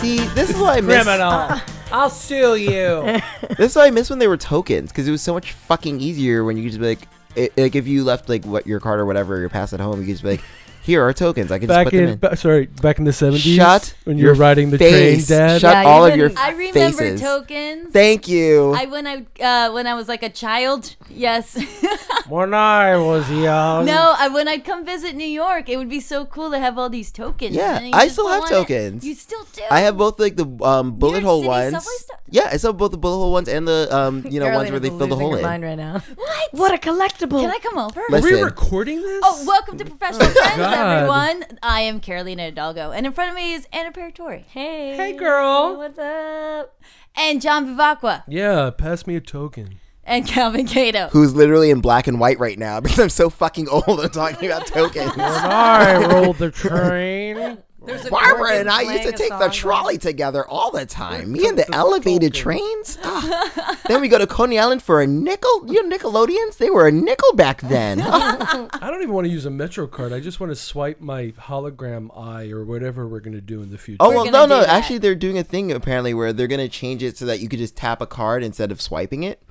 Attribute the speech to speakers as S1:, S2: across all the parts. S1: See, this is what I miss.
S2: criminal. I'll sue you.
S1: This is what I miss when they were tokens because it was so much fucking easier when you could just be like, it, like if you left like what your card or whatever your pass at home, you could just be like, here are tokens. I can just
S3: back
S1: put them
S3: in,
S1: in.
S3: ba- sorry, back in the seventies.
S1: Shut
S3: when you were
S1: your
S3: riding the
S1: face.
S3: train, Dad.
S1: Shut
S4: Yeah,
S1: all of
S4: even-
S1: your
S5: I remember
S1: faces.
S5: tokens.
S1: Thank you.
S5: I when I uh, when I was like a child, yes.
S3: When I was
S1: Oh,
S3: young,
S5: no, I, when I'd come visit New York, it would be so cool to have all these tokens.
S1: Yeah,
S5: and you
S1: I
S5: just
S1: still
S5: go
S1: have
S5: on it.
S1: tokens.
S5: You still do.
S1: I have both like the um, bullet
S5: York
S1: hole
S5: City
S1: ones.
S5: subway stuff?
S1: Yeah, I sell both the bullet hole ones and the um, you know ones
S4: Carolina's
S1: where they fill the
S4: losing
S1: hole
S4: her
S1: in.
S4: mind right now.
S5: what?
S4: What a collectible!
S5: Can I come over?
S1: Let's-
S3: Are we
S1: Listen.
S3: recording this?
S5: Oh, welcome to Professional Friends,
S3: God.
S5: everyone. I am Carolina Hidalgo, and in front of me is Anna Paratori
S4: hey,
S3: Hey, girl.
S4: what's up?
S5: and John Vivacqua
S3: Yeah, pass me a token.
S5: and Calvin Cato.
S1: Who's literally in black and white right now because I'm so fucking old. I'm talking about tokens.
S3: I rolled the train.
S4: There's a
S1: Barbara
S4: organ
S1: and I
S4: playing
S1: used to
S4: a
S1: take
S4: song
S1: the
S4: going-
S1: trolley together all the time. Me and the elevated trains. Ah. then we go to Coney Island for a nickel. You know Nickelodeons? They were a nickel back then. Ah.
S3: I don't even want to use a Metro card. I just want to swipe my hologram eye or whatever we're gonna do in the future.
S1: oh well, no,
S5: gonna
S1: no.
S5: do that.
S1: Actually, they're doing a thing apparently where they're gonna change it so that you could just tap a card instead of swiping it.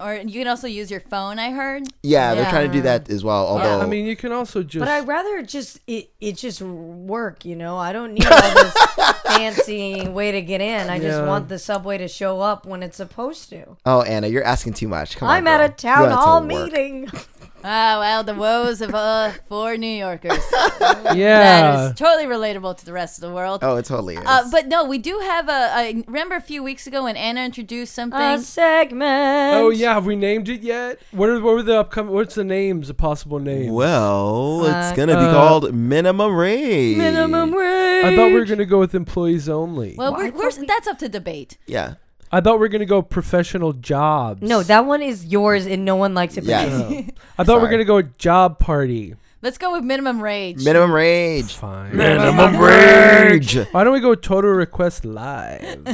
S5: Or you can also use your phone. I heard.
S1: Yeah, they're
S5: Yeah.
S1: trying to do that as well. Although
S3: I mean, you can also just.
S4: But I'd rather just it, it just work, you know. I don't need all this fancy way to get in. I just
S3: Yeah.
S4: want the subway to show up when it's supposed to.
S1: Oh, Anna, you're asking too much. Come on.
S4: I'm at a
S1: girl.
S4: town
S1: You want
S4: hall
S1: to work.
S4: meeting.
S5: Ah, well, the woes of uh, four New Yorkers. That
S3: yeah.
S5: is totally relatable to the rest of the world.
S1: Oh, it totally is.
S5: Uh, but no, we do have a. I remember a few weeks ago when Anna introduced something.
S4: A segment.
S3: Oh yeah, have we named it yet? What are what were the upcoming? What's the names? The possible names?
S1: well,
S4: Uh,
S1: it's gonna be
S3: uh,
S1: called minimum rate.
S4: Minimum wage.
S3: I thought we were gonna go with employees only.
S5: well,
S4: Why
S5: we're, we're,
S4: don't we-
S5: that's up to debate.
S1: Yeah.
S3: I thought we were gonna go professional jobs.
S4: No, that one is yours, and no one likes it. but you.
S1: Yeah.
S3: I thought we were
S1: Sorry.
S3: gonna go with job party.
S5: Let's go with minimum rage.
S1: minimum rage.
S3: Fine.
S1: Minimum rage.
S3: Why don't we go with total request live?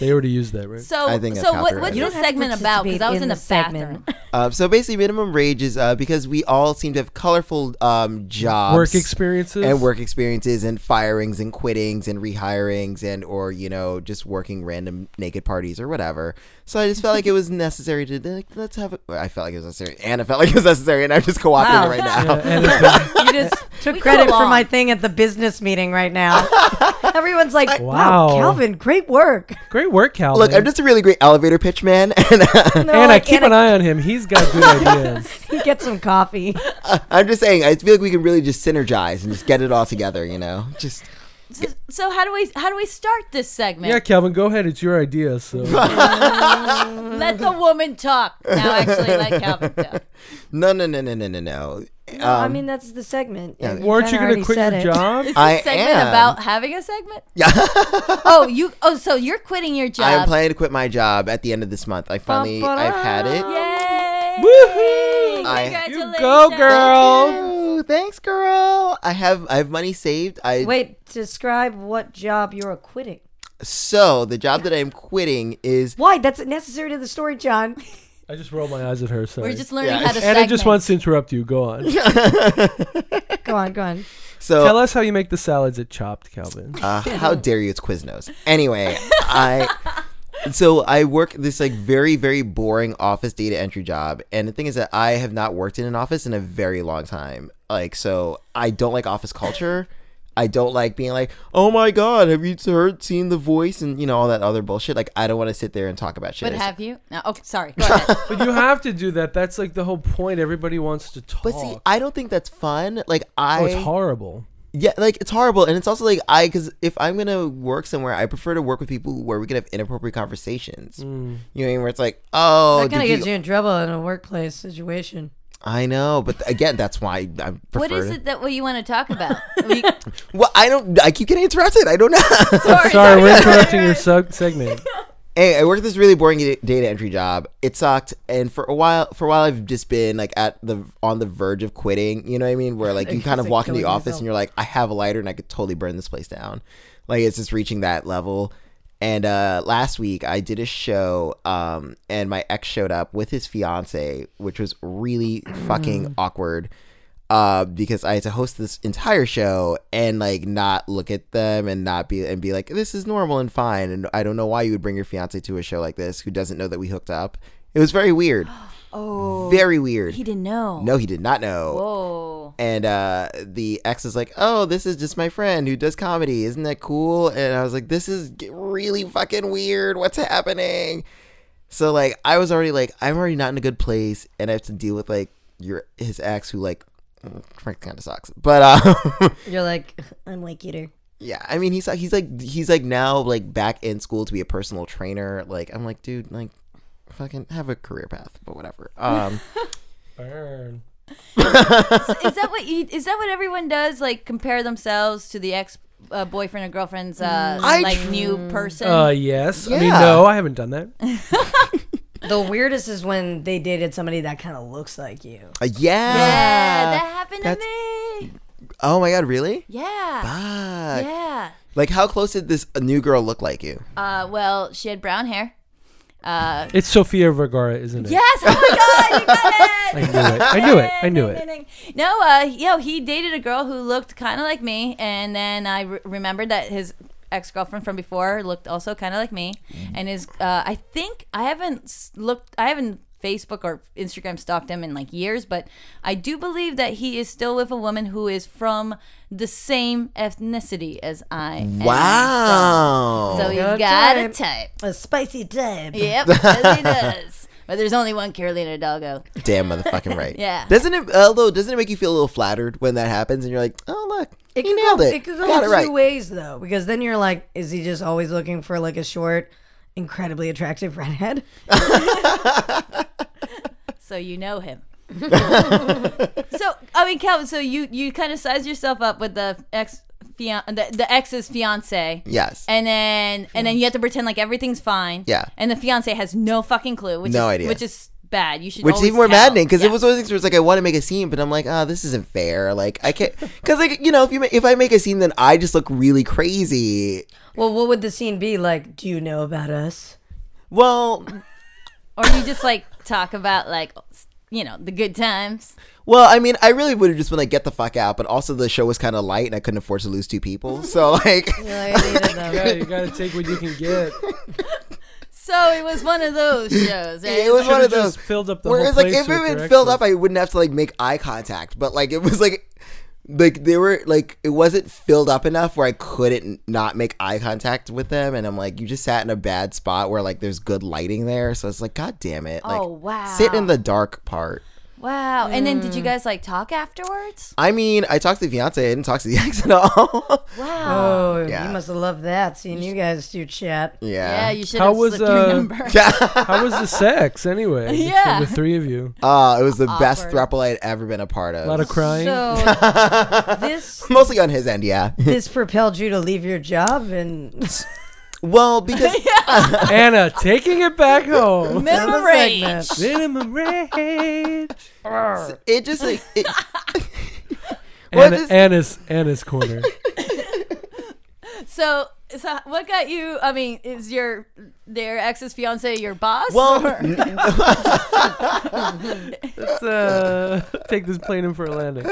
S3: they already used that, right?
S5: so,
S1: I think that's
S5: so what,
S1: copyright.
S5: what's
S1: You
S4: don't
S5: this
S4: have to
S5: segment about? Because I was
S4: participate
S5: in the,
S4: in the segment.
S5: bathroom.
S1: Uh, so basically, minimum rage is uh, because we all seem to have colorful um, jobs,
S3: Work experiences
S1: and work experiences, and firings, and quittings, and rehirings, and or you know just working random naked parties or whatever. So I just felt like it was necessary to like, let's have. A, I felt like it was necessary. Anna felt like it was necessary, and I'm just cooperating
S4: Wow.
S1: right now.
S3: Yeah, and it's been-
S4: You just took
S5: We
S4: credit
S5: got
S4: for
S5: along.
S4: my thing at the business meeting right now. Everyone's like, wow.
S3: Wow.
S4: Calvin, great work.
S3: great work, Calvin.
S1: Look, I'm just a really great elevator pitch man, and uh,
S4: And they're
S3: Anna,
S4: like,
S3: keep an eye on him. He's got good ideas.
S4: Get some coffee.
S1: I'm just saying, I feel like we can really just synergize and just get it all together, you know? Just
S5: So, so how do we how do we start this segment?
S3: Yeah, Calvin, go ahead. It's your idea. So
S5: Let the woman talk. Now, actually, let Calvin talk.
S1: no, no, no, no, no, no, no.
S4: No, I mean, that's the segment.
S1: Um, Yeah.
S3: weren't you
S4: kinda
S3: gonna quit your
S4: already said it.
S3: job?
S5: Is this
S1: I
S5: segment
S1: am.
S5: about having a segment?
S1: Yeah.
S5: Oh, you. Oh, so you're quitting your job.
S1: I am planning to quit my job at the end of this month. I finally, I've had it.
S5: Yay!
S3: Woohoo!
S1: I-
S5: Congratulations.
S3: You go, girl.
S1: Ooh, thanks, girl. I have I have money saved. I
S4: Wait, describe what job you're quitting.
S1: so the job that I am quitting is
S4: Why? That's necessary to the story, John.
S3: I just rolled my eyes at her. Sorry.
S5: We're just learning
S1: Yeah.
S5: how to
S3: Anna
S5: segment.
S3: just wants to interrupt you. Go on.
S4: Go on, go on.
S1: so
S3: Tell us how you make the salads at Chopped, Calvin.
S1: Uh, how dare you? It's Quiznos. Anyway, I. So I work this like very very boring office data entry job, and the thing is that I have not worked in an office in a very long time. Like, so I don't like office culture. I don't like being like, oh my god, have you heard, seen the voice, and you know all that other bullshit. Like, I don't want to sit there and talk about shit.
S5: But have you? No. Oh, sorry. Go ahead.
S3: but you have to do that. That's like the whole point. Everybody wants to talk.
S1: but see, I don't think that's fun. Like, I
S3: oh, it's horrible.
S1: Yeah, like it's horrible, and it's also like I because if I'm gonna work somewhere, I prefer to work with people where we can have inappropriate conversations. You know, what I mean? where it's like, oh,
S4: that kind of
S1: did
S4: gets
S1: you-
S4: you in trouble in a workplace situation.
S1: I know, but again, that's why I prefer.
S5: what is
S1: to-
S5: it that what you want to talk about? We-
S1: Well, I don't. I keep getting interrupted. I don't know.
S5: sorry,
S3: Sorry, we're
S5: sorry.
S3: interrupting your sub- segment.
S1: Anyway, I worked this really boring da- data entry job. It sucked, and for a while, for a while, I've just been like at the on the verge of quitting. You know what I mean? Where like you kind of
S4: Like
S1: walk in the
S4: killing
S1: office
S4: yourself.
S1: and you're like, I have a lighter and I could totally burn this place down. Like it's just reaching that level. And uh, last week I did a show, um,
S5: Mm.
S1: and my ex showed up with his fiance, which was really fucking awkward. uh, because I had to host this entire show and like not look at them and not be and be like, this is normal and fine. And I don't know why you would bring your fiance to a show like this who doesn't know that we hooked up. It was very weird,
S5: Oh,
S1: very weird.
S5: he didn't know.
S1: no, he did not know.
S5: Whoa.
S1: And uh, the ex is like, "Oh, this is just my friend who does comedy. Isn't that cool?" And I was like, "This is g- really fucking weird. What's happening?" So like, I was already like, I'm already not in a good place, and I have to deal with like your his ex who like, Frank kind of sucks. But um,
S4: You're like, I'm way cuter.
S1: yeah, I mean, he's like, he's like, he's like now like back in school to be a personal trainer. Like, I'm like, dude, like, fucking have a career path, but whatever. Um,
S3: Burn.
S5: is that what you, is that what everyone does? Like compare themselves to the ex uh, boyfriend or girlfriend's uh,
S1: I
S5: like new person.
S3: Uh, yes. I mean,
S1: Yeah.
S3: no, I haven't done that.
S4: The weirdest is when they dated somebody that kind of looks like you.
S1: yeah.
S5: yeah, that happened to
S1: that's-
S5: me.
S1: Oh my god, really? Ah,
S5: Yeah.
S1: Fuck.
S5: Yeah.
S1: Like, how close did this new girl look like you?
S5: Uh, well, she had brown hair. Uh,
S3: It's Sofia Vergara, isn't it?
S5: yes. Oh my God, you got it.
S3: I knew it. I knew it. I knew it.
S5: No, uh, yo, he dated a girl who looked kind of like me, and then I re- remembered that his ex girlfriend from before looked also kind of like me,
S3: Mm.
S5: and his. Uh, I think I haven't s- looked. I haven't Facebook or Instagram stalked him in like years, but I do believe that he is still with a woman who is from the same ethnicity as I. am.
S1: Wow.
S5: So he's
S4: Good
S5: got a
S4: type.
S5: type.
S4: A spicy type.
S5: Yep, yes he does. But there's only one Carolina Hidalgo.
S1: Damn motherfucking right.
S5: Yeah.
S1: Doesn't it? Although, doesn't it make you feel a little flattered when that happens and you're like, oh look,
S4: It
S1: he
S4: could
S1: nailed
S4: go,
S1: it.
S4: it could go
S1: Got
S4: two
S1: it right.
S4: ways though, because then you're like, is he just always looking for like a short, incredibly attractive redhead?
S5: so you know him. so I mean, Calvin. So you you kind of size yourself up with the ex fian the, the ex's fiance.
S1: Yes.
S5: And then and then you have to pretend like everything's fine.
S1: Yeah.
S5: And the fiance has no fucking clue. Which
S1: No
S5: is,
S1: idea.
S5: Which is bad. You should.
S1: Which is
S5: always
S1: even more
S5: tell.
S1: maddening because
S5: Yeah.
S1: it was one of those things where it's like I want to make a scene, but I'm like, ah, this isn't fair. Like I can't, because like you know, if you ma- if I make a scene, then I just look really crazy.
S4: Well, what would the scene be like? Do you know about us?
S1: Well,
S5: Or you just like talk about like you know the good times.
S1: well, I mean, I really would have just been like, get the fuck out. But also, the show was kind of light, and I couldn't afford to lose two people. So like,
S3: Yeah, you gotta take what you can get.
S5: So it was one of those shows. Right?
S1: it was one of
S3: Should've
S1: those
S3: just filled up the
S1: where
S3: whole
S1: it's like
S3: place
S1: if it
S3: with
S1: had
S3: your
S1: been filled
S3: exes.
S1: up, I wouldn't have to like make eye contact. But like it was like like they were like it wasn't filled up enough where I couldn't not make eye contact with them. And I'm like, you just sat in a bad spot where like there's good lighting there, so it's like, god damn it, like
S5: Oh, wow.
S1: sit in the dark part.
S5: wow. And then did you guys like talk afterwards?
S1: I mean, I talked to the fiance, I didn't talk to the ex at all.
S5: Wow.
S4: Oh,
S1: Yeah.
S4: you must have loved that seeing you guys do chat.
S1: yeah.
S5: yeah. You should
S3: How
S5: have
S3: was,
S5: slipped your
S3: uh,
S5: number.
S3: How was the sex anyway? between
S5: Yeah.
S3: The three of you.
S1: Uh, it was the best
S5: Awkward.
S1: throuple I had ever been a part of.
S3: A lot of crying.
S4: So this
S1: Mostly on his end, yeah.
S4: this propelled you to leave your job and
S1: well, because
S3: Anna taking it back home.
S5: Minimum
S4: Another
S5: rage.
S4: segment.
S3: Minimum rage.
S1: it just like it, What
S3: Anna,
S1: is-
S3: Anna's Anna's corner.
S5: So, so what got you? I mean, is your their ex's fiance your boss?
S1: well,
S5: or-
S3: Let's uh, take this plane in for a landing.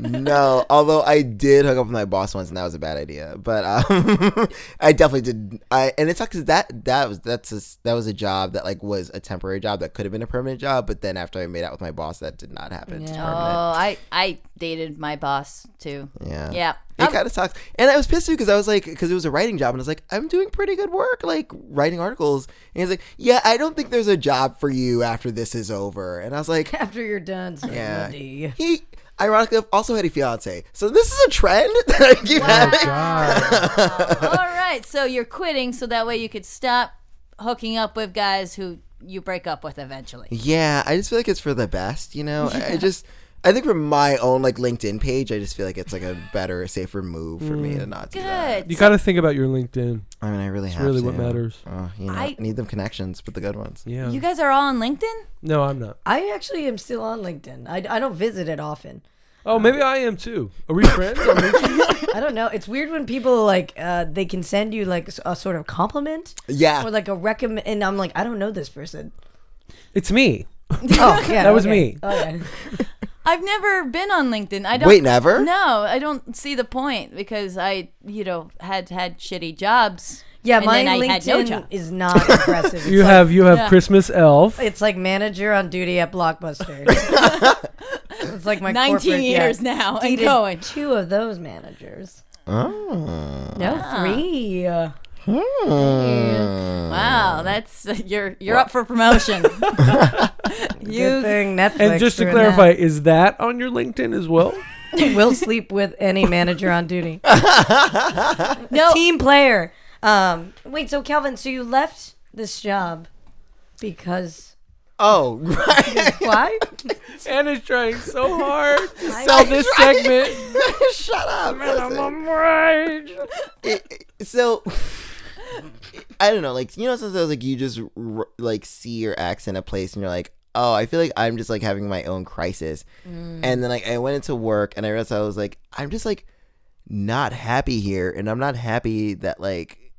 S1: no, although I did hook up with my boss once, and that was a bad idea. But um, I definitely did. I and it sucks 'cause that that was that's a, that was a job that like was a temporary job that could have been a permanent job. But then after I made out with my boss, that did not happen. It's
S5: oh,
S1: permanent.
S5: I I dated my boss too.
S1: Yeah.
S5: Yeah.
S1: It
S5: Um,
S1: kind of sucks. And I was pissed too because I was like, because it was a writing job, and I was like, I'm doing pretty good work, like writing articles. And he's like, Yeah, I don't think there's a job for you after this is over. And I was like,
S4: after you're done, so
S1: Yeah.
S4: Lindy.
S1: He ironically also had a fiance. So this is a trend that I keep having.
S3: Oh, God.
S5: all right. So you're quitting so that way you could stop hooking up with guys who you break up with eventually.
S1: Yeah, I just feel like it's for the best, you know? I I just I think from my own like LinkedIn page, I just feel like it's like a better, safer move for me to not do that.
S5: Mm, Good.
S3: You gotta think about your LinkedIn.
S1: I mean, I really have
S3: Really,
S1: to.
S3: what matters?
S1: Oh, you know,
S5: I-
S1: need them connections, but the good ones.
S3: Yeah.
S5: You guys are all on LinkedIn?
S3: no, I'm not.
S4: I actually am still on LinkedIn. I, I don't visit it often.
S3: Oh, maybe I am too. Are we friends? on LinkedIn?
S4: I don't know. It's weird when people like uh, they can send you like a sort of compliment
S1: Yeah.
S4: or like a recommend, and I'm like, I don't know this person.
S3: it's me.
S4: Oh, yeah.
S3: That was
S4: okay.
S3: me.
S4: Okay.
S5: I've never been on LinkedIn. I don't
S1: Wait, never?
S5: No, I don't see the point because I, you know, had had shitty jobs.
S4: Yeah,
S5: and
S4: my
S5: then I had no
S4: LinkedIn
S5: job.
S4: is not impressive. It's
S3: You
S4: like-
S3: have you have
S5: Yeah.
S3: Christmas elf.
S4: It's like manager on duty at Blockbuster. it's like my
S5: 19
S4: corporate- yeah.
S5: years now and
S4: Dated
S5: going.
S4: Two of those managers.
S1: Oh.
S4: No,
S5: Ah.
S4: three.
S1: Hmm.
S5: Wow, that's you're you're up for promotion.
S4: Good
S5: you
S4: thing Netflix.
S3: And just to
S4: doing
S3: clarify, is that on your LinkedIn as well?
S4: that. we'll sleep with any manager on duty.
S5: no
S4: Team player. Um, wait, so Calvin, so you left this job because
S1: Oh, right.
S4: why?
S3: Anna's trying so hard to
S4: I-
S3: sell this segment.
S1: Shut up. listen.
S3: Minimum wage.
S1: so I don't know, like you know, sometimes like you just r- like see your ex in a place and you're like, oh, I feel like I'm just like having my own crisis, and then like I went into work and I realized I was like, I'm just like not happy here, and I'm not happy that like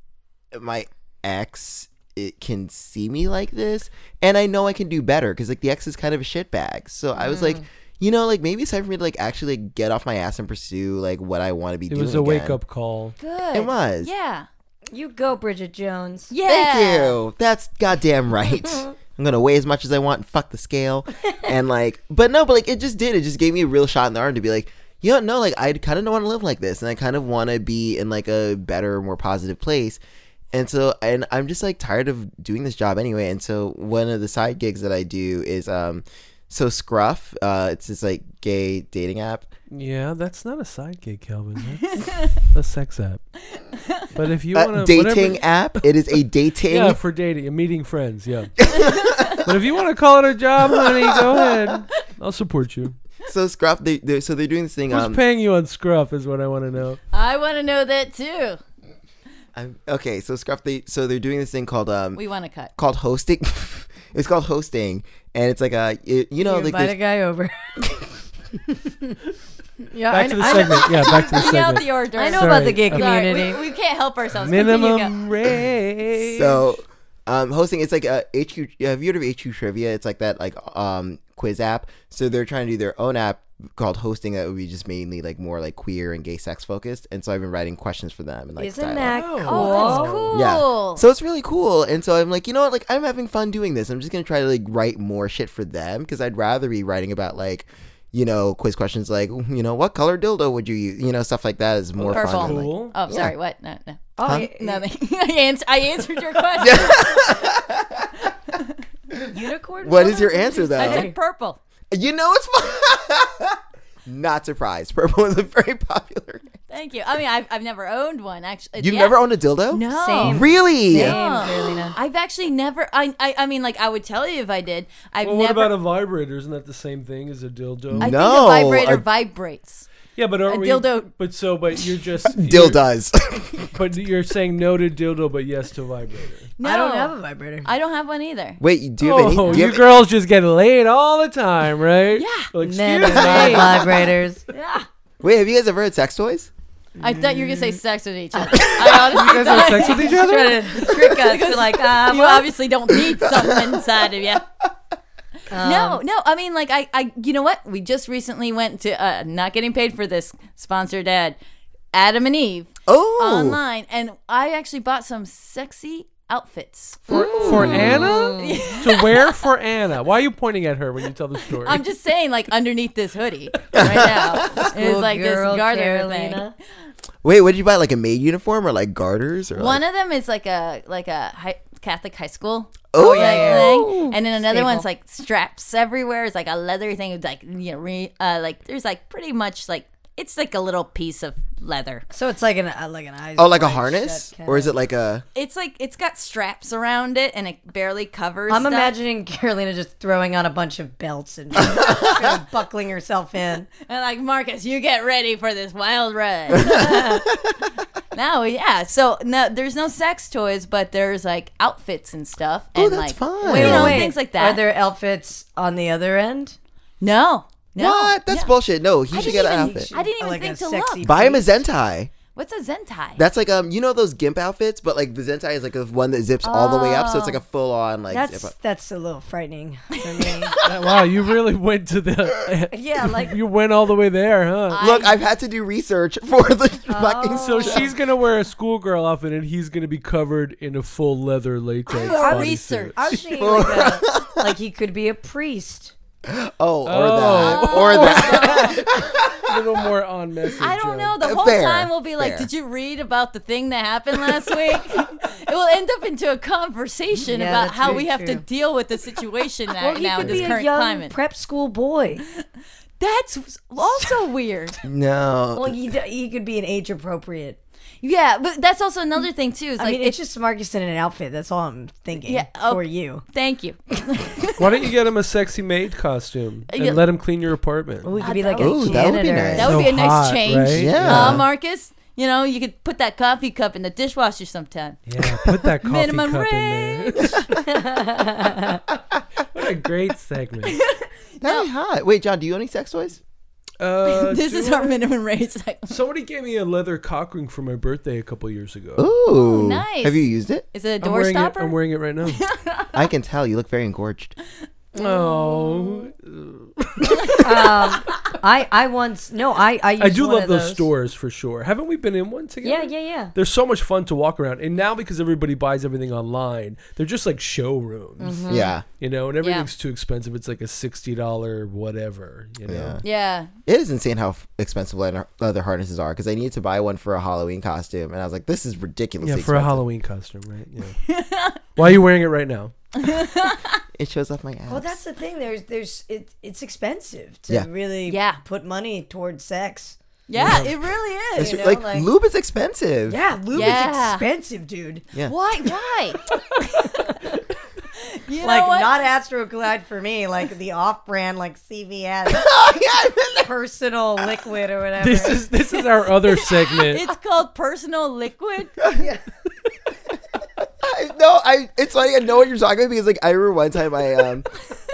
S1: my ex it can see me like this, and I know I can do better because like the ex is kind of a shitbag, so I was like. You know, like maybe it's time for me to like actually like, get off my ass and pursue like what I want to be
S3: It
S1: doing.
S3: was a wake
S1: again.
S3: up call.
S5: good.
S1: It was.
S5: Yeah.
S4: You go, Bridget Jones.
S5: Yeah.
S1: Thank you. That's goddamn right. I'm gonna weigh as much as I want and fuck the scale. And like but no, but like it just did. It just gave me a real shot in the arm to be like, you don't know, like I kinda don't wanna live like this and I kind of wanna be in like a better, more positive place. And so and I'm just like tired of doing this job anyway. And so one of the side gigs that I do is um so Scruff, uh it's this like gay dating app.
S3: Yeah, that's not a sidekick, Calvin. That's a sex app. But if you
S1: Uh,
S3: want to
S1: dating app. It is a dating
S3: Yeah, for dating and meeting friends. Yeah. but if you want to call it a job, honey, go ahead. I'll support you.
S1: so Scruff they they so they're doing this thing
S3: Who's
S1: um
S3: paying you on Scruff is what I want to know.
S5: I want to know that too.
S1: I'm, okay, so Scruff, they so they're doing this thing called um
S5: We want to cut.
S1: called hosting. it's called hosting, and it's like a you, you know
S4: you
S1: like
S4: invite a
S1: there's-
S4: guy over.
S5: Uh,
S4: yeah, I,
S3: Back to the
S4: I-
S3: segment. Yeah, back to the
S5: Bring out the
S3: segment.
S5: hors d'oeuvres.
S4: I know
S3: Sorry.
S4: about the gay
S5: Sorry,
S4: community.
S5: we, we can't help ourselves. Continue, go.
S3: Minimum rate.
S1: so um hosting. It's like a HQ. Have you heard of HQ Trivia? It's like that like um quiz app. So they're trying to do their own app called hosting that would be just mainly like more like queer and gay sex focused. And so I've been writing questions for them and like
S4: Isn't
S1: dialogue.
S3: Oh.
S4: that cool?
S5: Oh, that's cool.
S1: Yeah. So it's really cool. And so I'm like, you know what? Like, I'm having fun doing this. I'm just going to try to, like, write more shit for them because I'd rather be writing about, like, you know, quiz questions like, "Mm, you know, what color dildo would you use? You know, stuff like that is more
S5: Purple.
S1: fun. than, like-
S3: cool.
S5: Oh, sorry. What? No, no.
S4: Oh,
S1: Huh?
S4: yeah,
S5: Nothing. I, ans- I answered your question.
S4: unicorn.
S1: what is your answer, though?
S5: I said purple.
S1: You know, it's fun. Not surprised. Purple is a very popular.
S5: Thank you. I mean, I've, I've never owned one actually.
S1: You've
S5: Uh, Yeah.
S1: never owned a dildo?
S5: No.
S4: Same.
S1: Really?
S4: Same,
S5: No.
S4: clearly not.
S5: I've actually never. I, I I mean, like I would tell you if I did. I've
S3: Well, what
S5: never.
S3: about a vibrator? Isn't that the same thing as a dildo?
S5: I
S1: No,
S5: think a vibrator
S1: a-
S5: vibrates.
S3: yeah, but aren't
S5: a
S3: we?
S5: dildo-
S3: But so, but you're just
S1: Dill
S3: you're-
S1: does.
S3: But you're saying no to dildo, but yes to vibrator.
S5: No,
S4: I don't have a vibrator.
S5: I don't have one either.
S1: Wait, you do you have
S3: Oh,
S1: any? Do
S3: you
S1: you have,
S3: girls just get laid all the time, right?
S5: Yeah.
S3: Like,
S4: Men
S3: excuse
S4: are
S3: me.
S4: not vibrators.
S5: Yeah.
S1: wait, have you guys ever had sex toys?
S5: I thought you were gonna say sex with each other. I honestly
S3: You guys
S5: thought-
S3: have sex with each other?
S4: Trying to trick us. We're like, uh,
S5: you
S4: well,
S5: obviously don't need something inside of you. no, no. I mean, like I, I, you know what? We just recently went to uh, not getting paid for this sponsored ad, Adam and Eve
S1: Oh.
S5: online, and I actually bought some sexy outfits.
S3: For, for Anna? to wear for Anna? Why are you pointing at her when you tell the story?
S5: I'm just saying, like underneath this hoodie right now, it's like
S4: girl,
S5: this garter thing.
S4: Carolina.
S1: Wait, what did you buy? Like a maid uniform or like garters? Or
S5: One
S1: like,
S5: of them is like a like a high, Catholic high school.
S1: Oh,
S5: like,
S1: yeah, yeah,
S5: thing. and then another
S4: Staple.
S5: one's like straps everywhere. It's like a leathery thing. It's like you know, re, uh, like there's like pretty much like it's like a little piece of leather.
S4: So it's like an uh, like an eyes.
S1: oh, like a harness? Or is it like a.
S5: It's like it's got straps around it, and it barely covers.
S4: I'm
S5: stuff.
S4: imagining Carolina just throwing on a bunch of belts and just buckling herself in.
S5: And, like Marcus, you get ready for this wild ride. no, yeah. So no, there's no sex toys, but there's like outfits and stuff, and
S1: Oh, that's
S5: like
S1: fine.
S5: you
S1: Wait,
S5: know,
S1: wait.
S5: things like that.
S4: Are there outfits on the other end?
S5: no, no,
S1: What? That's
S5: no.
S1: bullshit. No, he
S5: I
S1: should
S5: didn't
S1: get an
S5: even-
S1: outfit.
S5: I didn't even
S4: Like a
S5: think to
S4: sexy-
S5: look.
S1: Buy him a Zentai.
S5: What's a zentai?
S1: That's like um, you know those gimp outfits, but like the zentai is like the one that zips all the way up, so it's like a full on like zip
S4: That's
S1: up.
S4: that's a little frightening for me.
S3: wow, you really went to the.
S5: yeah, like
S3: you went all the way there, huh?
S1: Look, I've had to do research for the fucking.
S3: So she's gonna wear a schoolgirl outfit, and he's gonna be covered in a full leather latex.
S5: our
S3: bodysuit.
S5: research.
S4: I was thinking like, a, like he could be a priest.
S1: Oh, or that,
S3: Oh.
S1: or that.
S3: A little more on message.
S5: I don't
S3: yeah.
S5: know. The whole
S1: Uh, Fair,
S5: time we'll be like,
S1: fair.
S5: "Did you read about the thing that happened last week?" it will end up into a conversation
S4: Yeah,
S5: about
S4: that's
S5: how
S4: very
S5: we have to
S4: true.
S5: deal with the situation now,
S4: Well, he
S5: now in
S4: could
S5: this
S4: be a
S5: current
S4: young
S5: climate.
S4: prep school boy.
S5: That's also weird.
S1: No.
S4: Well, he, d- he could be an age appropriate.
S5: Yeah, but that's also another thing too. Is
S4: I
S5: like,
S4: mean, it's just Marcus in an outfit. That's all I'm thinking
S5: Yeah,
S4: for
S5: okay.
S4: you.
S5: thank you.
S3: Why don't you get him a sexy maid costume and
S5: Yeah.
S3: let him clean your apartment?
S4: We could be like a
S1: Ooh, that would be
S4: janitor.
S1: nice.
S5: That would
S3: So
S5: be a nice
S3: hot,
S5: change,
S3: right?
S1: Yeah.
S5: uh, Marcus. You know, you could put that coffee cup in the dishwasher sometime.
S3: Yeah, put that coffee
S5: Minimum
S3: cup in there. what a great segment.
S1: That'd be hot. Wait, John, do you own any sex toys?
S3: Uh,
S5: this
S3: do
S5: is
S3: I-
S5: our minimum raise.
S3: Somebody gave me a leather cock ring for my birthday a couple years ago.
S1: Ooh,
S5: nice.
S1: Have you used it?
S5: Is it a
S3: I'm
S5: door
S3: wearing
S5: stopper?
S3: it. I'm wearing it right now.
S1: I can tell. You look very engorged.
S3: oh,
S4: Um, I I once no I I, used
S3: I do
S4: one
S3: love
S4: of
S3: those stores for sure. Haven't we been in one together?
S4: Yeah, yeah, yeah.
S3: They're so much fun to walk around, and now because everybody buys everything online, they're just like showrooms,
S4: Mm-hmm.
S1: Yeah.
S3: you know. And everything's too expensive. It's like a sixty dollar whatever, you know.
S1: Yeah.
S5: yeah.
S1: It is insane how f- expensive leather leather harnesses are because I needed to buy one for a Halloween costume, and I was like, this is ridiculous.
S3: Yeah, for a Halloween costume, right? Yeah. Why are you wearing it right now?
S1: It shows off my ass.
S4: Well, that's the thing. There's there's it, it's expensive to
S1: Yeah.
S4: really
S5: Yeah.
S4: put money towards sex.
S5: Yeah, it really is.
S1: It's
S5: you know,
S1: like,
S5: like-
S1: lube is expensive.
S4: Yeah, lube
S5: Yeah.
S4: is expensive, dude.
S1: Yeah.
S5: Why? Why? you
S4: Like
S5: know what?
S4: not Astroglide for me. Like the off-brand, like CVS personal liquid or whatever.
S3: This is this is our other segment.
S5: it's called personal liquid.
S1: I, no, I. It's funny. I know what you're talking about because like I remember one time I um.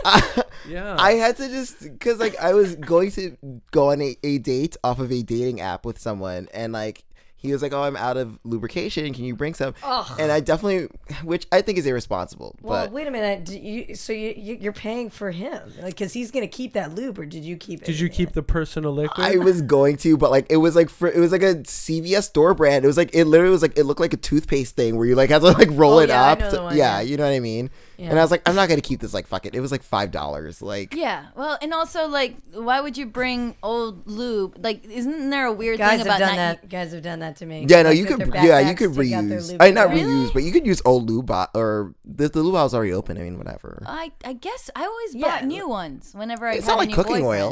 S1: I,
S3: Yeah.
S1: I had to just because like I was going to go on a, a date off of a dating app with someone, and like he was like, "Oh, I'm out of lubrication. Can you bring some?" And I definitely, which I think is irresponsible.
S4: well,
S1: but
S4: wait a minute. Do you, so you, you you're paying for him, like, cause he's gonna keep that lube, or did you keep it?
S3: Did you keep the personal liquid?
S1: I was going to, but like it was like for, it was like a CVS store brand. It was like it literally was like it looked like a toothpaste thing where you like had to like roll
S4: Oh,
S1: it
S4: yeah, I
S1: up.
S4: know
S1: to-
S4: the one,
S1: yeah,
S4: yeah.
S1: you know what I mean. And I was like, I'm not gonna keep this. Like fuck it. It was like five dollars. Like
S5: Yeah. Well, and also like, why would you bring old lube? Like, isn't there a weird
S4: Guys
S5: thing
S4: have
S5: about
S4: done
S5: not?
S4: that. Guys have done that to me.
S1: Yeah, no,
S4: Like,
S1: you
S4: with
S1: could,
S4: their
S1: yeah, you
S4: backpacks,
S1: could
S4: take out their
S1: reuse.
S4: lube
S1: I not
S4: and-
S1: reuse, but you could use old lube bo- or the, the lube bottle's already open. I mean, whatever.
S4: Uh,
S5: I I guess I always
S4: Yeah.
S5: bought new ones whenever I.
S1: it's
S5: had
S1: not
S5: a
S1: like
S5: new
S1: cooking
S5: boyfriend.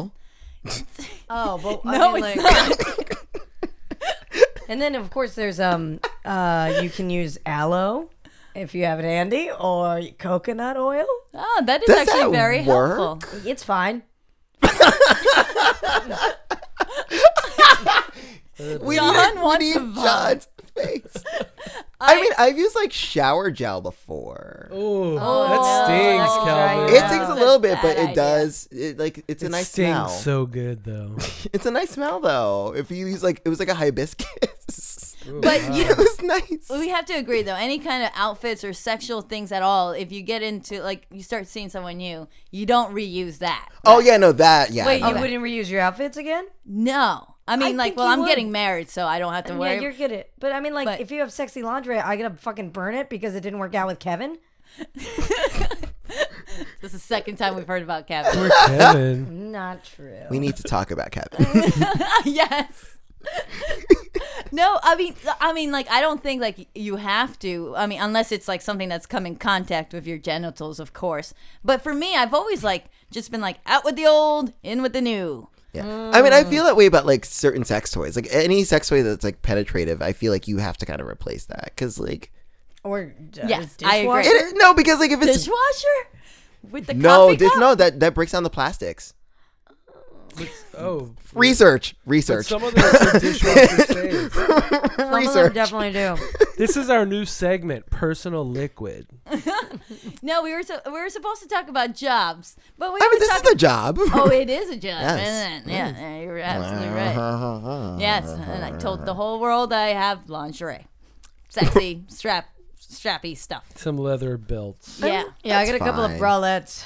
S1: oil.
S4: Oh, but
S5: No,
S4: I mean,
S5: it's
S4: like, And then of course there's um uh you can use aloe if you have it handy or coconut oil.
S5: Oh, that is
S1: Does
S5: actually
S1: that
S5: very
S1: work?
S5: helpful.
S4: It's fine.
S1: We
S5: John
S1: need,
S5: wants
S1: we
S5: to
S1: need
S5: vomit.
S1: John's face. I, mean, I've used like shower gel before.
S3: Ooh,
S5: no,
S3: that stings,
S4: Oh, that's
S3: Calvin.
S4: right.
S1: It
S4: Yeah.
S1: stings a
S5: That's
S1: little
S5: a
S1: bit, but
S5: bad
S1: it
S5: idea.
S1: does. It like it's a
S3: It
S1: nice
S3: stings
S1: smell.
S3: so good though.
S1: It's a nice smell though. If you use like it was like a hibiscus,
S5: But you
S1: it was nice.
S5: we have to agree though any kind of outfits or sexual things at all if you get into like you start seeing someone new you don't reuse that
S1: Oh yeah, no that yeah.
S4: Wait,
S1: no.
S4: you wouldn't reuse your outfits again?
S5: no i mean
S4: I
S5: like
S4: think
S5: well
S4: you
S5: i'm
S4: would.
S5: getting married so i don't have to
S4: Yeah,
S5: worry
S4: you're good at but I mean like
S5: But-
S4: if you have sexy laundry, I gotta fucking burn it because it didn't work out with Kevin.
S5: this is the second time we've heard about kevin
S3: Poor Kevin.
S4: Not true.
S1: we need to talk about Kevin.
S5: yes no i mean i mean like i don't think like you have to i mean unless it's like something that's come in contact with your genitals of course but for me i've always like just been like out with the old in with the new
S1: Yeah. I mean, I
S4: Mm.
S1: feel that way about like certain sex toys. Like any sex toy that's like penetrative, I feel like you have to kind of replace that because like
S4: or uh,
S5: Yes, I agree.
S1: it,
S4: dishwasher?
S1: no, because like if it's
S5: dishwasher with the
S1: no,
S5: coffee
S1: dish,
S5: cup?
S1: no, that that breaks down the plastics.
S3: oh,
S1: Research,
S3: but
S1: research,
S3: some of the the dishwasher saves.
S4: Some
S1: research.
S4: of them definitely do.
S3: This is our new segment, personal liquid.
S5: No, we were so, we were supposed to talk about jobs, but we
S1: I
S5: were
S1: mean, this is
S5: talking.
S1: the job.
S5: oh, it is a job,
S1: Yes.
S5: isn't it? Yeah, yeah, you're absolutely right. Yes, and I told the whole world I have lingerie, sexy strap, strappy stuff.
S3: Some leather belts.
S5: Yeah,
S4: Yeah, I got a couple of
S1: fine.
S4: bralettes.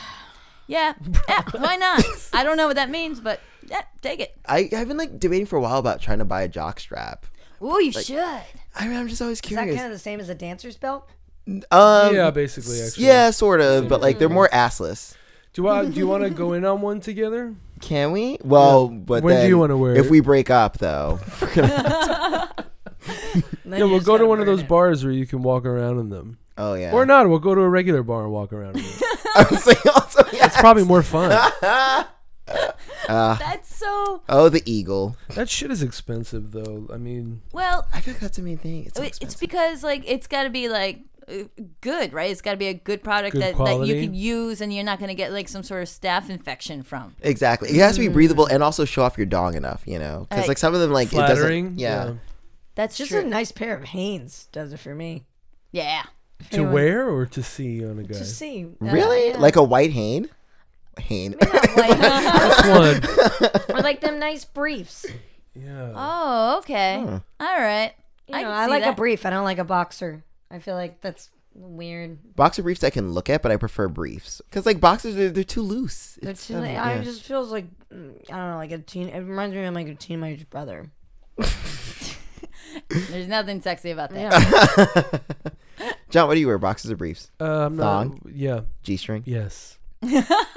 S5: yeah, yeah. Why not? I don't know what that means, but yeah, take it.
S1: I, I've been like debating for a while about trying to buy a jock strap.
S5: Ooh, you should.
S1: I mean, I'm just always
S4: Is that
S1: curious.
S4: kind of the same as a dancer's belt?
S1: um,
S3: yeah, basically. Actually,
S1: yeah, sort of, but like they're more assless.
S3: Do I? Do you want to go in on one together?
S1: Can we? Well, but
S3: When do
S1: then
S3: you wanna wear
S1: If
S3: it?
S1: we break up, though, we're gonna-
S4: Then
S3: Yeah,
S4: you
S3: we'll
S4: just
S3: go to
S4: gotta
S3: one of
S4: burn
S3: those
S4: it.
S3: bars where you can walk around in them,
S1: oh yeah,
S3: or not. We'll go to a regular bar and walk around. In them.
S1: I was like, also, yeah.
S3: It's probably more fun.
S5: That's so
S1: Oh, the eagle.
S3: That shit is expensive, though. I mean,
S5: well.
S1: I feel like that's the main thing. It's, so
S5: It- It's
S1: expensive.
S5: because like it's got to be like uh, good, right? It's got to be a good product
S3: Good
S5: that, that you
S3: quality.
S5: can use, and you're not going to get like some sort of staph infection from.
S1: exactly it has to be
S3: Mm.
S1: breathable and also show off your dong enough, you know, because
S5: Right.
S1: like some of them like it
S3: flattering.
S1: doesn't. Yeah.
S5: That's
S4: Just
S5: true.
S4: a nice pair of Hanes does it for me.
S5: yeah.
S3: To wear or to see on a guy.
S4: To see. uh,
S1: Really?
S4: Yeah.
S1: Like a white Hain? Hain.
S4: Like,
S3: That's one.
S4: or like them nice briefs. You
S3: Yeah.
S5: Oh, okay. All right.
S4: know, I,
S5: can see
S4: like a
S5: that.
S4: brief. I don't like a boxer. I feel like that's weird.
S1: Boxer briefs I can look at, but I prefer briefs because like boxers they're, they're too loose.
S4: They're
S1: It's-
S4: too,
S1: um,
S4: like,
S1: yeah.
S4: I it just feels like mm, I don't know, like a teen. It reminds me of like a teenage brother.
S5: There's nothing sexy about that.
S4: Yeah,
S1: John, what do you wear? Boxers or briefs?
S3: Uh, I'm not-
S1: Thong.
S3: yeah.
S1: G string.
S3: Yes.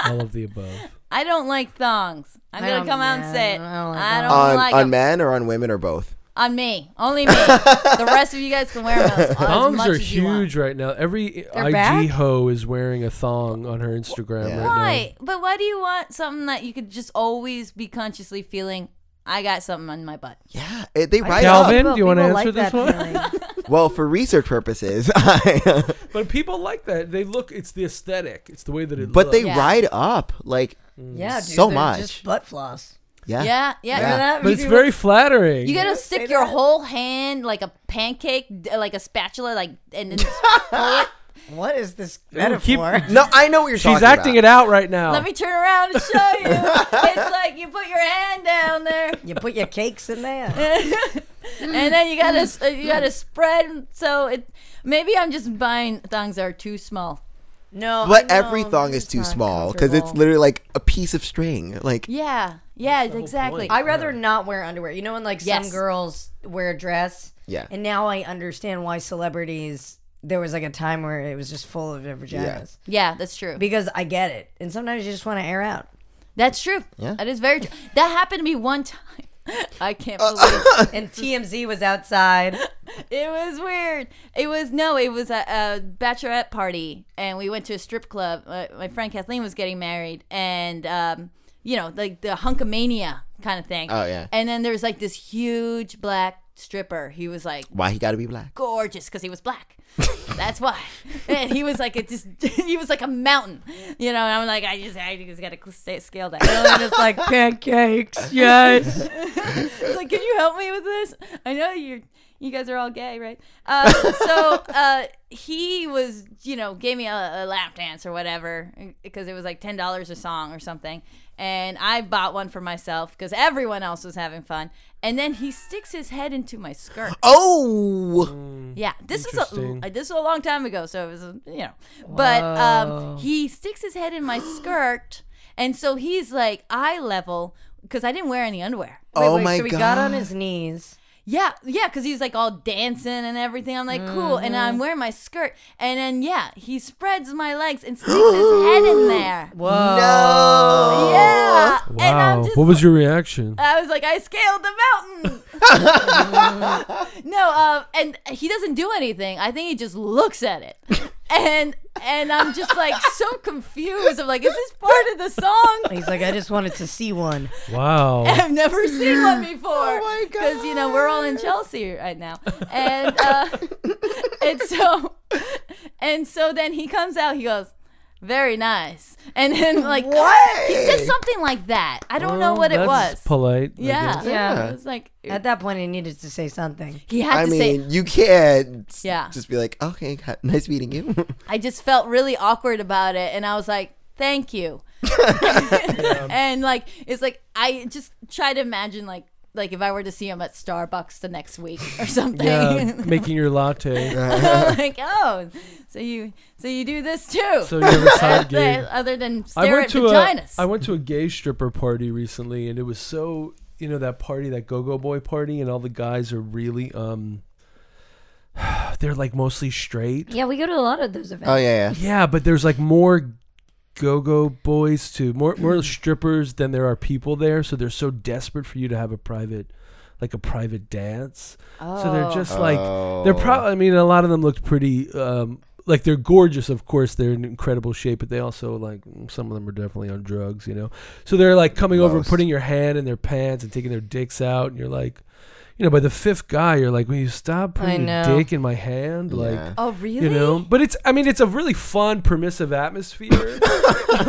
S3: All of the above.
S5: I don't like thongs. I'm
S4: I
S5: gonna
S4: don't-
S5: come out
S4: yeah,
S5: and say it.
S4: I don't like
S5: I
S4: thongs.
S5: don't
S1: On
S5: like
S1: on
S5: 'em.
S1: men or on women or both?
S5: On me, only me. the rest of you guys can wear them. as
S3: Thongs
S5: much
S3: are
S5: as you want.
S3: huge right now. Every IG
S4: back?
S3: hoe is wearing a thong on her Instagram
S1: Yeah.
S3: right now.
S5: Why? But why do you want something that you could just always be consciously feeling? I got something on my butt.
S1: Yeah, it, they rise
S3: Calvin?
S1: up.
S3: do you wanna
S4: people
S3: answer this
S4: that
S3: one?
S4: feeling.
S1: Well, for research purposes, I,
S3: But people like that. They look. It's the aesthetic. It's the way that it.
S1: but they
S3: looks.
S5: Yeah.
S1: ride up like
S4: yeah, dude,
S1: So
S4: they're
S1: much.
S4: Just butt floss.
S1: yeah.
S5: Yeah, yeah.
S1: Yeah.
S4: That
S3: But it's
S4: video-
S3: very flattering.
S5: You gotta
S4: say
S5: stick your
S4: that.
S5: whole hand like a pancake, d- like a spatula, like and then just pull it.
S4: What is this
S3: Ooh, keep-
S4: metaphor?
S1: No, I know what you're talking
S3: She's acting it
S1: about.
S3: out right now.
S5: Let me turn around and show you. it's like you put your hand down there,
S4: you put your cakes in there.
S5: and then you gotta s- uh, you gotta spread. So it maybe I'm just buying thongs that are too small.
S4: No,
S1: But
S4: I know,
S1: every thong is
S4: it's
S1: too
S4: not
S1: small because it's
S4: comfortable.
S1: literally like a piece of string. Like
S5: Yeah, yeah, exactly.
S3: point.
S4: I rather not wear underwear. You know, when like
S5: Yes.
S4: some girls wear a dress.
S1: Yeah.
S4: And now I understand why celebrities. There was like a time where it was just full of their vaginas
S5: yeah, that's true.
S4: because I get it, and sometimes you just want to air out.
S5: That's true.
S1: Yeah.
S5: That is very true. That happened to me one time. I can't
S1: Uh,
S5: believe
S4: And TMZ was outside.
S5: It was weird. It was no. It was a, a bachelorette party, and we went to a strip club. Uh, my friend Kathleen was getting married, and um, you know, like the hunkamania kind of thing.
S1: Oh, yeah.
S5: And then there was like this huge black stripper. He was like
S1: why he got to be black?
S5: gorgeous because he was black. That's why. And he was like it just. He was like a mountain, you know. And I'm like, I just, I just gotta cl- scale that.
S4: And it's like pancakes. Yes.
S5: It's like, can you help me with this? I know you're, you guys are all gay, right? Uh, so uh, he was, you know, gave me a, a lap dance or whatever because it was like ten dollars a song or something, and I bought one for myself because everyone else was having fun. And then he sticks his head into my skirt.
S1: Oh,
S5: Yeah, this is a uh,
S3: Interesting.
S5: this was a long time ago, so it was uh, you know. But um, he sticks his head in my skirt, and so he's like eye level because I didn't wear any underwear.
S1: oh my
S4: so he
S1: god!
S4: got on his knees.
S5: Yeah, yeah, because he's like all dancing and everything. I'm like, cool. And I'm wearing my skirt. And then, yeah, he spreads my legs and sticks his head in there.
S4: Whoa.
S1: no.
S5: Yeah. And I'm
S3: Wow.
S5: just, uh,
S3: What was your reaction?
S5: I was like, I scaled the mountain. no, um, and he doesn't do anything. I think he just looks at it. And and I'm just like so confused. I'm like, is this part of the song?
S4: He's like, I just wanted to see one.
S3: Wow.
S5: I've never seen one before.
S1: Oh my
S5: Because you know we're all in Chelsea right now, and uh, and so and so then he comes out. He goes, "Very nice," and then like
S1: What?
S5: he said something like that. I don't know what it was.
S3: Polite. I
S5: yeah,
S3: guess.
S4: Yeah.
S5: It was like
S4: At that point, he needed to say something.
S5: he had
S1: I
S5: to say
S1: mean, you can't s-
S5: Yeah.
S1: just be like, okay, ha- nice meeting you.
S5: I just felt really awkward about it, and I was like, "Thank you," and like it's like I just try to imagine like like if I were to see him at Starbucks the next week or something.
S3: Yeah, making your latte.
S5: like oh, so you so you do this too.
S3: So you have a side gig.
S5: other than
S3: I
S5: stare
S3: went
S5: at
S3: to
S5: vaginas.
S3: a I went to a gay stripper party recently, and it was so you know that party that go go boy party, and all the guys are really um, they're like mostly straight.
S4: Yeah, we go to a lot of those events.
S1: oh yeah, yeah.
S3: Yeah, but there's like more go go boys too, more more strippers than there are people there, so they're so desperate for you to have a private. Like a private dance, so they're
S1: Oh.
S3: just like they're probably. I mean, a lot of them looked pretty. Um, like they're gorgeous, of course. They're in incredible shape, but they also like some of them are definitely on drugs, you know. So they're like coming over, and
S1: Most.
S3: putting your hand in their pants and taking their dicks out, and you're like, you know, by the fifth guy, you're like, will you stop
S4: I
S3: putting your
S4: know.
S3: dick in my hand, like.
S1: Yeah.
S5: oh really?
S3: You know, but it's I mean it's a really fun permissive atmosphere.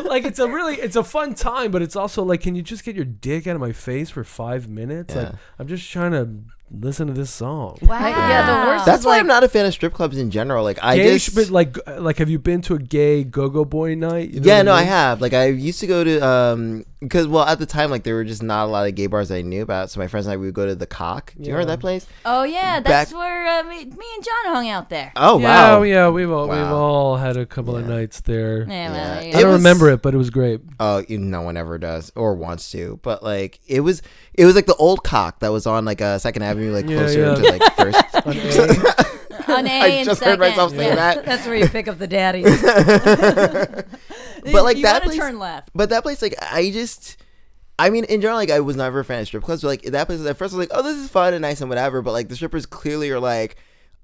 S3: like it's a really it's a fun time, but it's also like can you just get your dick out of my face for 5 minutes? Like
S1: Yeah.
S3: I'm just trying to listen to this song.
S5: Wow.
S4: yeah, the worst-
S1: That's why
S4: like-
S1: I'm not a fan of strip clubs in general. Like I
S3: gay
S1: just,
S3: but like like have you been to a gay go-go boy night You know
S1: yeah,
S3: what
S1: no, I
S3: mean?
S1: have. Like I used to go to um, because well, at the time, like there were just not a lot of gay bars I knew about. So my friends and I we would go to the Cock. Do you remember
S3: Yeah.
S1: that place?
S5: Oh yeah, that's
S1: Back-
S5: where uh, me, me and John hung out there.
S1: Oh
S3: yeah
S1: wow,
S3: yeah we've all we've
S1: Wow.
S3: all had a couple of
S1: Yeah.
S3: nights there
S5: Yeah,
S1: Yeah.
S5: well,
S1: It
S5: yeah.
S3: i don't
S1: was-
S3: remember it but it was great
S1: Oh, you, no one ever does or wants to. But like it was, it was like the old Cock that was on like uh, Second Avenue, like
S3: Yeah,
S1: closer
S3: yeah.
S1: to like First.
S5: on A
S1: I
S5: and
S1: just
S5: second.
S1: heard myself say
S5: yeah.
S1: that.
S4: That's where you pick up the daddy.
S1: But like
S5: you
S1: that
S5: gotta
S1: place,
S5: turn left.
S1: but that place, like I just, I mean, in general, like I was never a fan of strip clubs. But like that place, at first, I was like, oh, this is fun and nice and whatever. But like the strippers clearly are like,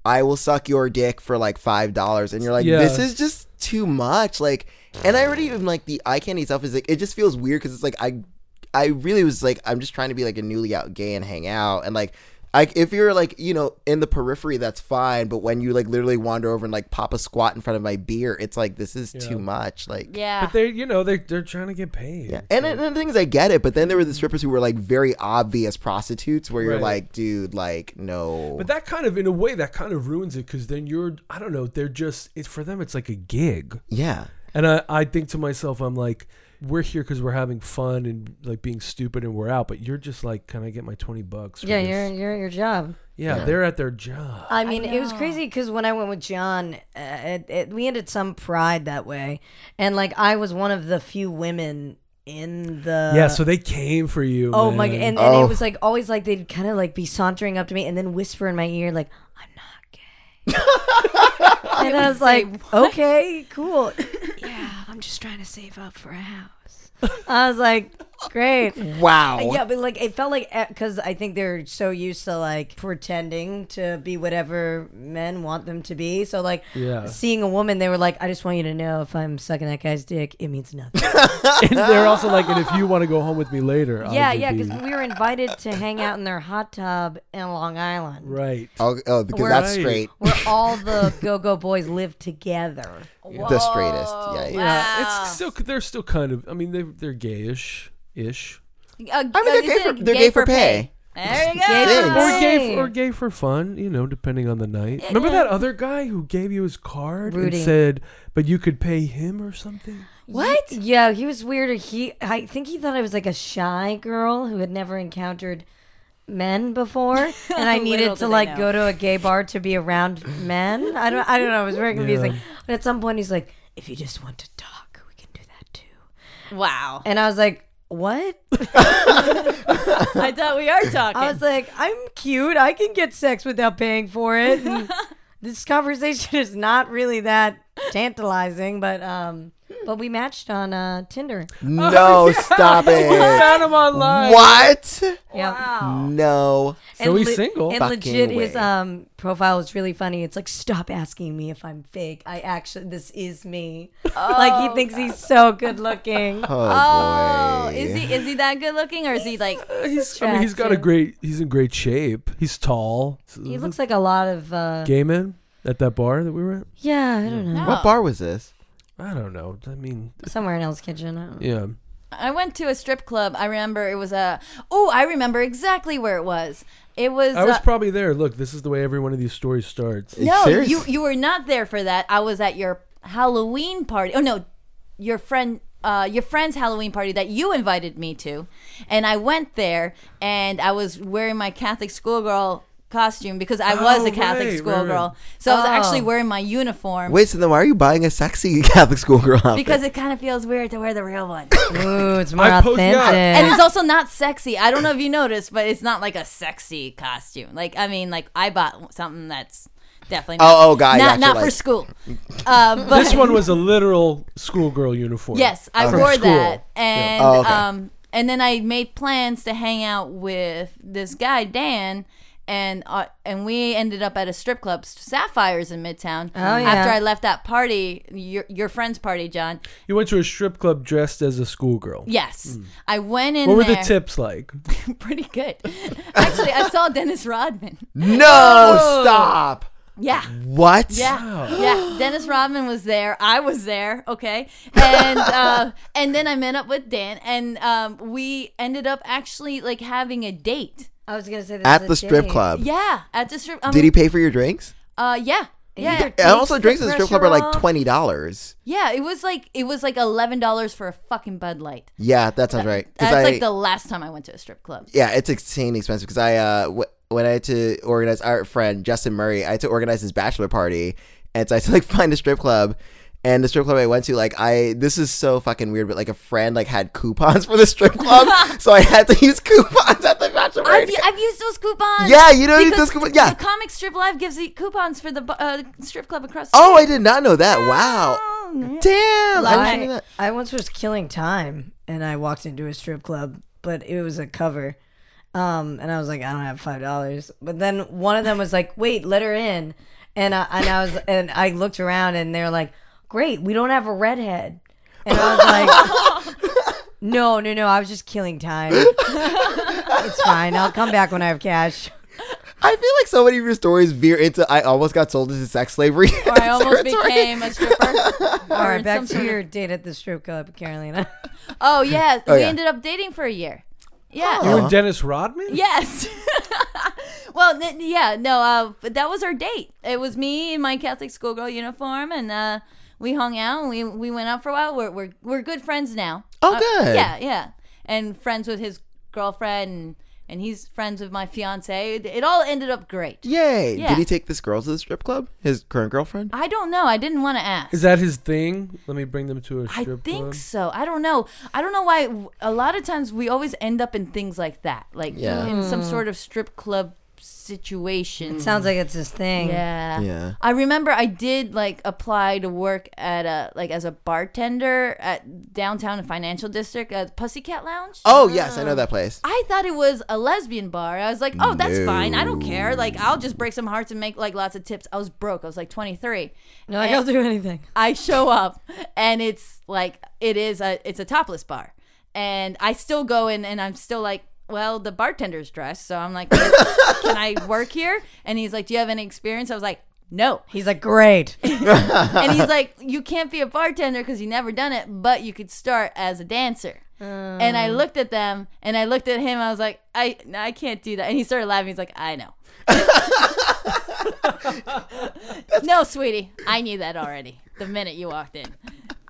S1: I will suck your dick for like five dollars, and you're like,
S3: Yeah.
S1: this is just too much. Like, and I already even like the eye candy stuff is like, it just feels weird because it's like I, I really was like, I'm just trying to be like a newly out gay and hang out and like. I, if you're like you know in the periphery, that's fine. But when you like literally wander over and like pop a squat in front of my beer, it's like this is too much. Like
S5: Yeah.
S3: but they're you know they're, they're trying to get paid
S1: yeah. And, and the thing is, I get it, but then there were the strippers who were like very obvious prostitutes where you're
S3: Right.
S1: like, dude, like, no.
S3: but that kind of in a way that kind of ruins it because then you're i don't know they're just it's for them it's like a gig
S1: yeah.
S3: And I, I think to myself, I'm like, we're here because we're having fun and like being stupid and we're out, but you're just like, can I get my 20 bucks? for
S4: yeah,
S3: this?
S4: you're you're at your job.
S3: yeah, they're at their job.
S4: I mean, it was crazy because when I went with John, uh, it, it, we ended some pride that way, and like I was one of the few women in the.
S3: yeah, so they came for you.
S4: Oh my!
S3: man.
S4: And, and
S1: Oh.
S4: it was like always like they'd kind of like be sauntering up to me and then whisper in my ear like, "I'm not gay," and I was like, "Okay, cool." yeah, I'm just trying to save up for a house. I was like, "Great." Uh,
S1: Wow.
S4: Yeah, but like it felt like because I think they're so used to like pretending to be whatever men want them to be. So like
S3: Yeah.
S4: seeing a woman, they were like, "I just want you to know if I'm sucking that guy's dick, it means nothing."
S3: And they're also like, and if you want to go home with me later, I
S4: yeah,
S3: will
S4: yeah,
S3: be-
S4: because we were invited to hang out in their hot tub in Long Island,
S3: right.
S1: Oh, oh, because
S4: We're-
S1: that's
S3: Right.
S1: straight.
S4: where all the Go Go Boys live together.
S1: The straightest. Yeah, yeah.
S3: Yeah,
S4: Ah.
S3: it's still they're still kind of. I mean, they they're gayish ish.
S5: I
S1: I mean, they're gay for, they're gay for pay.
S5: There you
S1: Gay
S5: go.
S1: for
S3: Or gay,
S4: Hey.
S3: or gay for fun, you know, depending on the night. Remember that other guy who gave you his card
S4: Rudy.
S3: and said, "But you could pay him or something."
S5: What?
S4: Yeah, he was weird. He, I think he thought I was like a shy girl who had never encountered men before, and I
S5: Little
S4: needed
S5: did
S4: to
S5: they
S4: like
S5: know.
S4: go to a gay bar to be around men. I don't, I don't know. It was very confusing. But at some point, he's like, "If you just want to talk, we can do that too."
S5: Wow.
S4: And I was like, "What?"
S5: I thought we are talking.
S4: I was like, "I'm cute. I can get sex without paying for it." And this conversation is not really that tantalizing, but um, but we matched on uh, Tinder.
S1: No, stop it.
S3: Found him online.
S1: What?
S4: Yeah.
S5: Oh.
S1: No.
S3: So
S4: And
S3: he's
S4: le-
S3: single.
S4: And
S1: Fucking
S4: legit, his
S1: way.
S4: um profile is really funny. It's like, stop asking me if I'm fake. I actually, this is me. like he thinks he's so good looking.
S1: Oh,
S5: oh,
S1: boy.
S5: is he is he that good looking or is he like?
S3: He's, I mean, he's got a
S4: attractive.
S3: great. He's in great shape. He's tall.
S4: He looks like a lot of uh,
S3: gay man at that bar that we were at.
S4: yeah. I don't know.
S5: No.
S1: What bar was this?
S3: I don't know. I mean,
S4: Somewhere in Hell's Kitchen. I don't know.
S3: yeah.
S5: I went to a strip club. I remember it was a. Oh, I remember exactly where it was. It was.
S3: I was
S5: uh,
S3: probably there. Look, this is the way every one of these stories starts.
S5: no,
S1: Serious?
S5: you you were not there for that. I was at your Halloween party. Oh no, your friend. Uh, your friend's Halloween party that you invited me to, and I went there, and I was wearing my Catholic schoolgirl costume because I was
S3: Oh,
S5: a Catholic
S3: right, right,
S5: schoolgirl,
S3: right.
S5: so I was
S4: Oh.
S5: actually wearing my uniform
S1: Wait, so then why are you buying a sexy Catholic schoolgirl outfit?
S5: because it kind of feels weird to wear the real one.
S4: Ooh, it's more
S3: I post- yeah.
S4: authentic.
S5: and it's also not sexy. I don't know if you noticed, but it's not like a sexy costume. Like I mean, like I bought something that's definitely not,
S1: Oh, oh, God,
S5: not
S1: gotcha,
S5: not for
S1: like-
S5: school. Uh, but
S3: This one was a literal schoolgirl uniform.
S5: yes, I
S3: From
S5: wore
S3: school.
S5: that, and
S1: Oh, okay.
S5: um, and then I made plans to hang out with this guy Dan. And uh, and we ended up at a strip club, Sapphires in Midtown. Oh,
S4: yeah.
S5: After I left that party, your your friend's party, John.
S3: You went to a strip club dressed as a schoolgirl.
S5: Yes,
S1: Hmm.
S5: I went in
S3: What were
S5: there.
S3: the tips like?
S5: Pretty good, actually. I saw Dennis Rodman.
S1: no, stop.
S5: Yeah.
S1: What?
S5: Oh. Yeah, yeah. Dennis Rodman was there. I was there. Okay, and uh, and then I met up with Dan, and um, we ended up actually like having a date.
S4: I was gonna say this
S1: At
S4: is
S1: the
S4: a
S1: strip
S4: date.
S1: club.
S5: Yeah, at the strip. I
S1: Did
S5: mean,
S1: he pay for your drinks?
S5: Uh, yeah, yeah,
S1: And also, drinks at the strip club are like
S4: restaurant?
S1: twenty dollars.
S5: yeah. It was like it was like eleven dollars for a fucking Bud Light.
S1: Yeah, that sounds right. 'Cause
S5: That's
S1: I-
S5: like the last time I went to a strip club.
S1: yeah, it's insanely expensive because I uh w- when I had to organize our friend Justin Murray, I had to organize his bachelor party, and so I had to like find a strip club. And the strip club I went to, like I, this is so fucking weird, but like a friend like had coupons for the strip club, so I had to use coupons at the bachelor
S5: I've,
S1: party.
S5: I've used those coupons.
S1: Yeah, you know you
S5: because
S1: those coupons- yeah.
S5: The comic strip live gives the coupons for the bu- uh, strip club across. the
S1: oh, I
S5: street.
S1: did not know that. Wow, damn, I wish I knew
S4: I,
S1: that.
S4: I once was killing time and I walked into a strip club, but it was a cover. Um, and I was like, I don't have five dollars. But then one of them was like, Wait, let her in. And I and I was and I looked around and they're like, Great, we don't have a redhead. And I was like, No, no, no, I was just killing time. it's fine. I'll come back when I have cash.
S1: I feel like so many of your stories veer into I almost got sold into sex slavery.
S5: Or I almost
S1: territory.
S5: became a stripper.
S4: All right, back
S5: some
S4: to
S5: sort
S4: your date at the strip club, Carolina.
S5: Oh yeah,
S1: Oh,
S5: we
S1: yeah. Oh.
S5: ended up dating for a year. Yeah.
S3: You and Dennis Rodman?
S5: Yes. well, th- yeah, no, uh, but that was our date. It was me in my Catholic schoolgirl uniform, and uh, we hung out. And we we went out for a while. We're we're, we're good friends now.
S1: Oh,
S5: Uh,
S1: good.
S5: yeah, yeah, and friends with his girlfriend, and, and he's friends with my fiance. It, it all ended up great.
S1: Yay!
S5: Yeah.
S1: Did he take this girl to the strip club? His current
S4: Uh,
S1: girlfriend?
S5: I don't know. I didn't want to ask.
S3: Is that his thing? Let me bring them to a
S5: I
S3: strip
S5: think
S3: club.
S5: so. I don't know. I don't know why. w- A lot of times we always end up in things like that, like
S1: Yeah.
S5: in some sort of strip club situation.
S4: Sounds like it's his thing.
S5: yeah.
S1: Yeah.
S5: I remember I did like apply to work at a like as a bartender at downtown financial district at Pussycat Lounge.
S1: Oh yes, I know that place.
S5: I thought it was a lesbian bar. I was like, oh, that's fine. I don't care. Like, I'll just break some hearts and make like lots of tips. I was broke. I was like 23.
S4: You're like, I'll do anything.
S5: I show up and it's like it is a it's a topless bar. And I still go in and I'm still like, well, the bartender's dressed, so I'm like, can I work here? And he's like, do you have any experience? I was like, no.
S4: He's like, Great.
S5: And he's like, you can't be a bartender because you never done it, but you could start as a dancer. And I looked at them and I looked at him. I was like, I no, I can't do that. And he started laughing. He's like, I know. no, sweetie, I knew that already. The minute you walked in,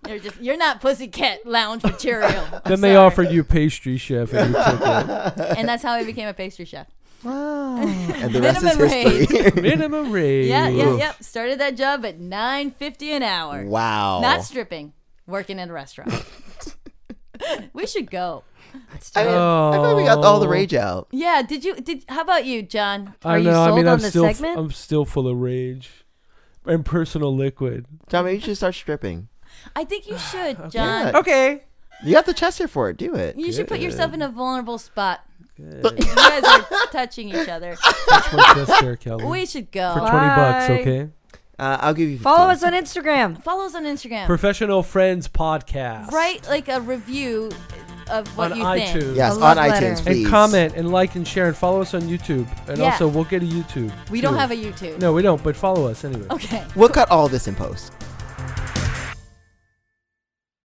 S5: you're just you're not pussycat lounge material.
S3: Then they offered you pastry chef and you took
S5: and that's how I became a pastry chef.
S1: Wow. And the rest is
S5: Minimum
S3: it.
S1: history.
S3: Minimum rate.
S5: Yeah, yeah, yep. Started that job at nine fifty an hour.
S1: wow.
S5: Not stripping, working in a restaurant. we should go.
S1: I mean, I thought we got all the rage out.
S5: Yeah, did you did how about you, John?
S3: I
S4: you
S3: know. I
S4: sold
S3: mean,
S4: on
S3: I'm
S4: this
S3: still,
S4: segment?
S3: I'm still full of rage and personal liquid.
S1: John, maybe you should start stripping.
S5: I think you should, John.
S1: Yeah. Okay. You got the chest here for it. Do it.
S5: You should put yourself in a vulnerable spot.
S1: But-
S5: You guys are touching each other.
S3: That's my best hair, Kelly.
S5: We should
S3: For
S5: go.
S3: 20 bucks,
S4: Bye.
S3: okay?
S1: Uh, I'll give you.
S4: Follow
S1: 15.
S4: us on Instagram.
S5: Follow us on Instagram.
S3: Professional Friends Podcast.
S5: Write like a review of what
S3: On
S5: you
S3: iTunes.
S5: think.
S1: Yes,
S4: A
S1: on
S4: love
S1: iTunes,
S4: letter. And
S1: please.
S3: And comment and like and share and follow us on YouTube. And
S5: Yeah.
S3: also, we'll get a YouTube.
S5: We don't
S3: too.
S5: have a YouTube.
S3: No, we don't, but follow us anyway.
S5: Okay.
S1: We'll cut all this in post.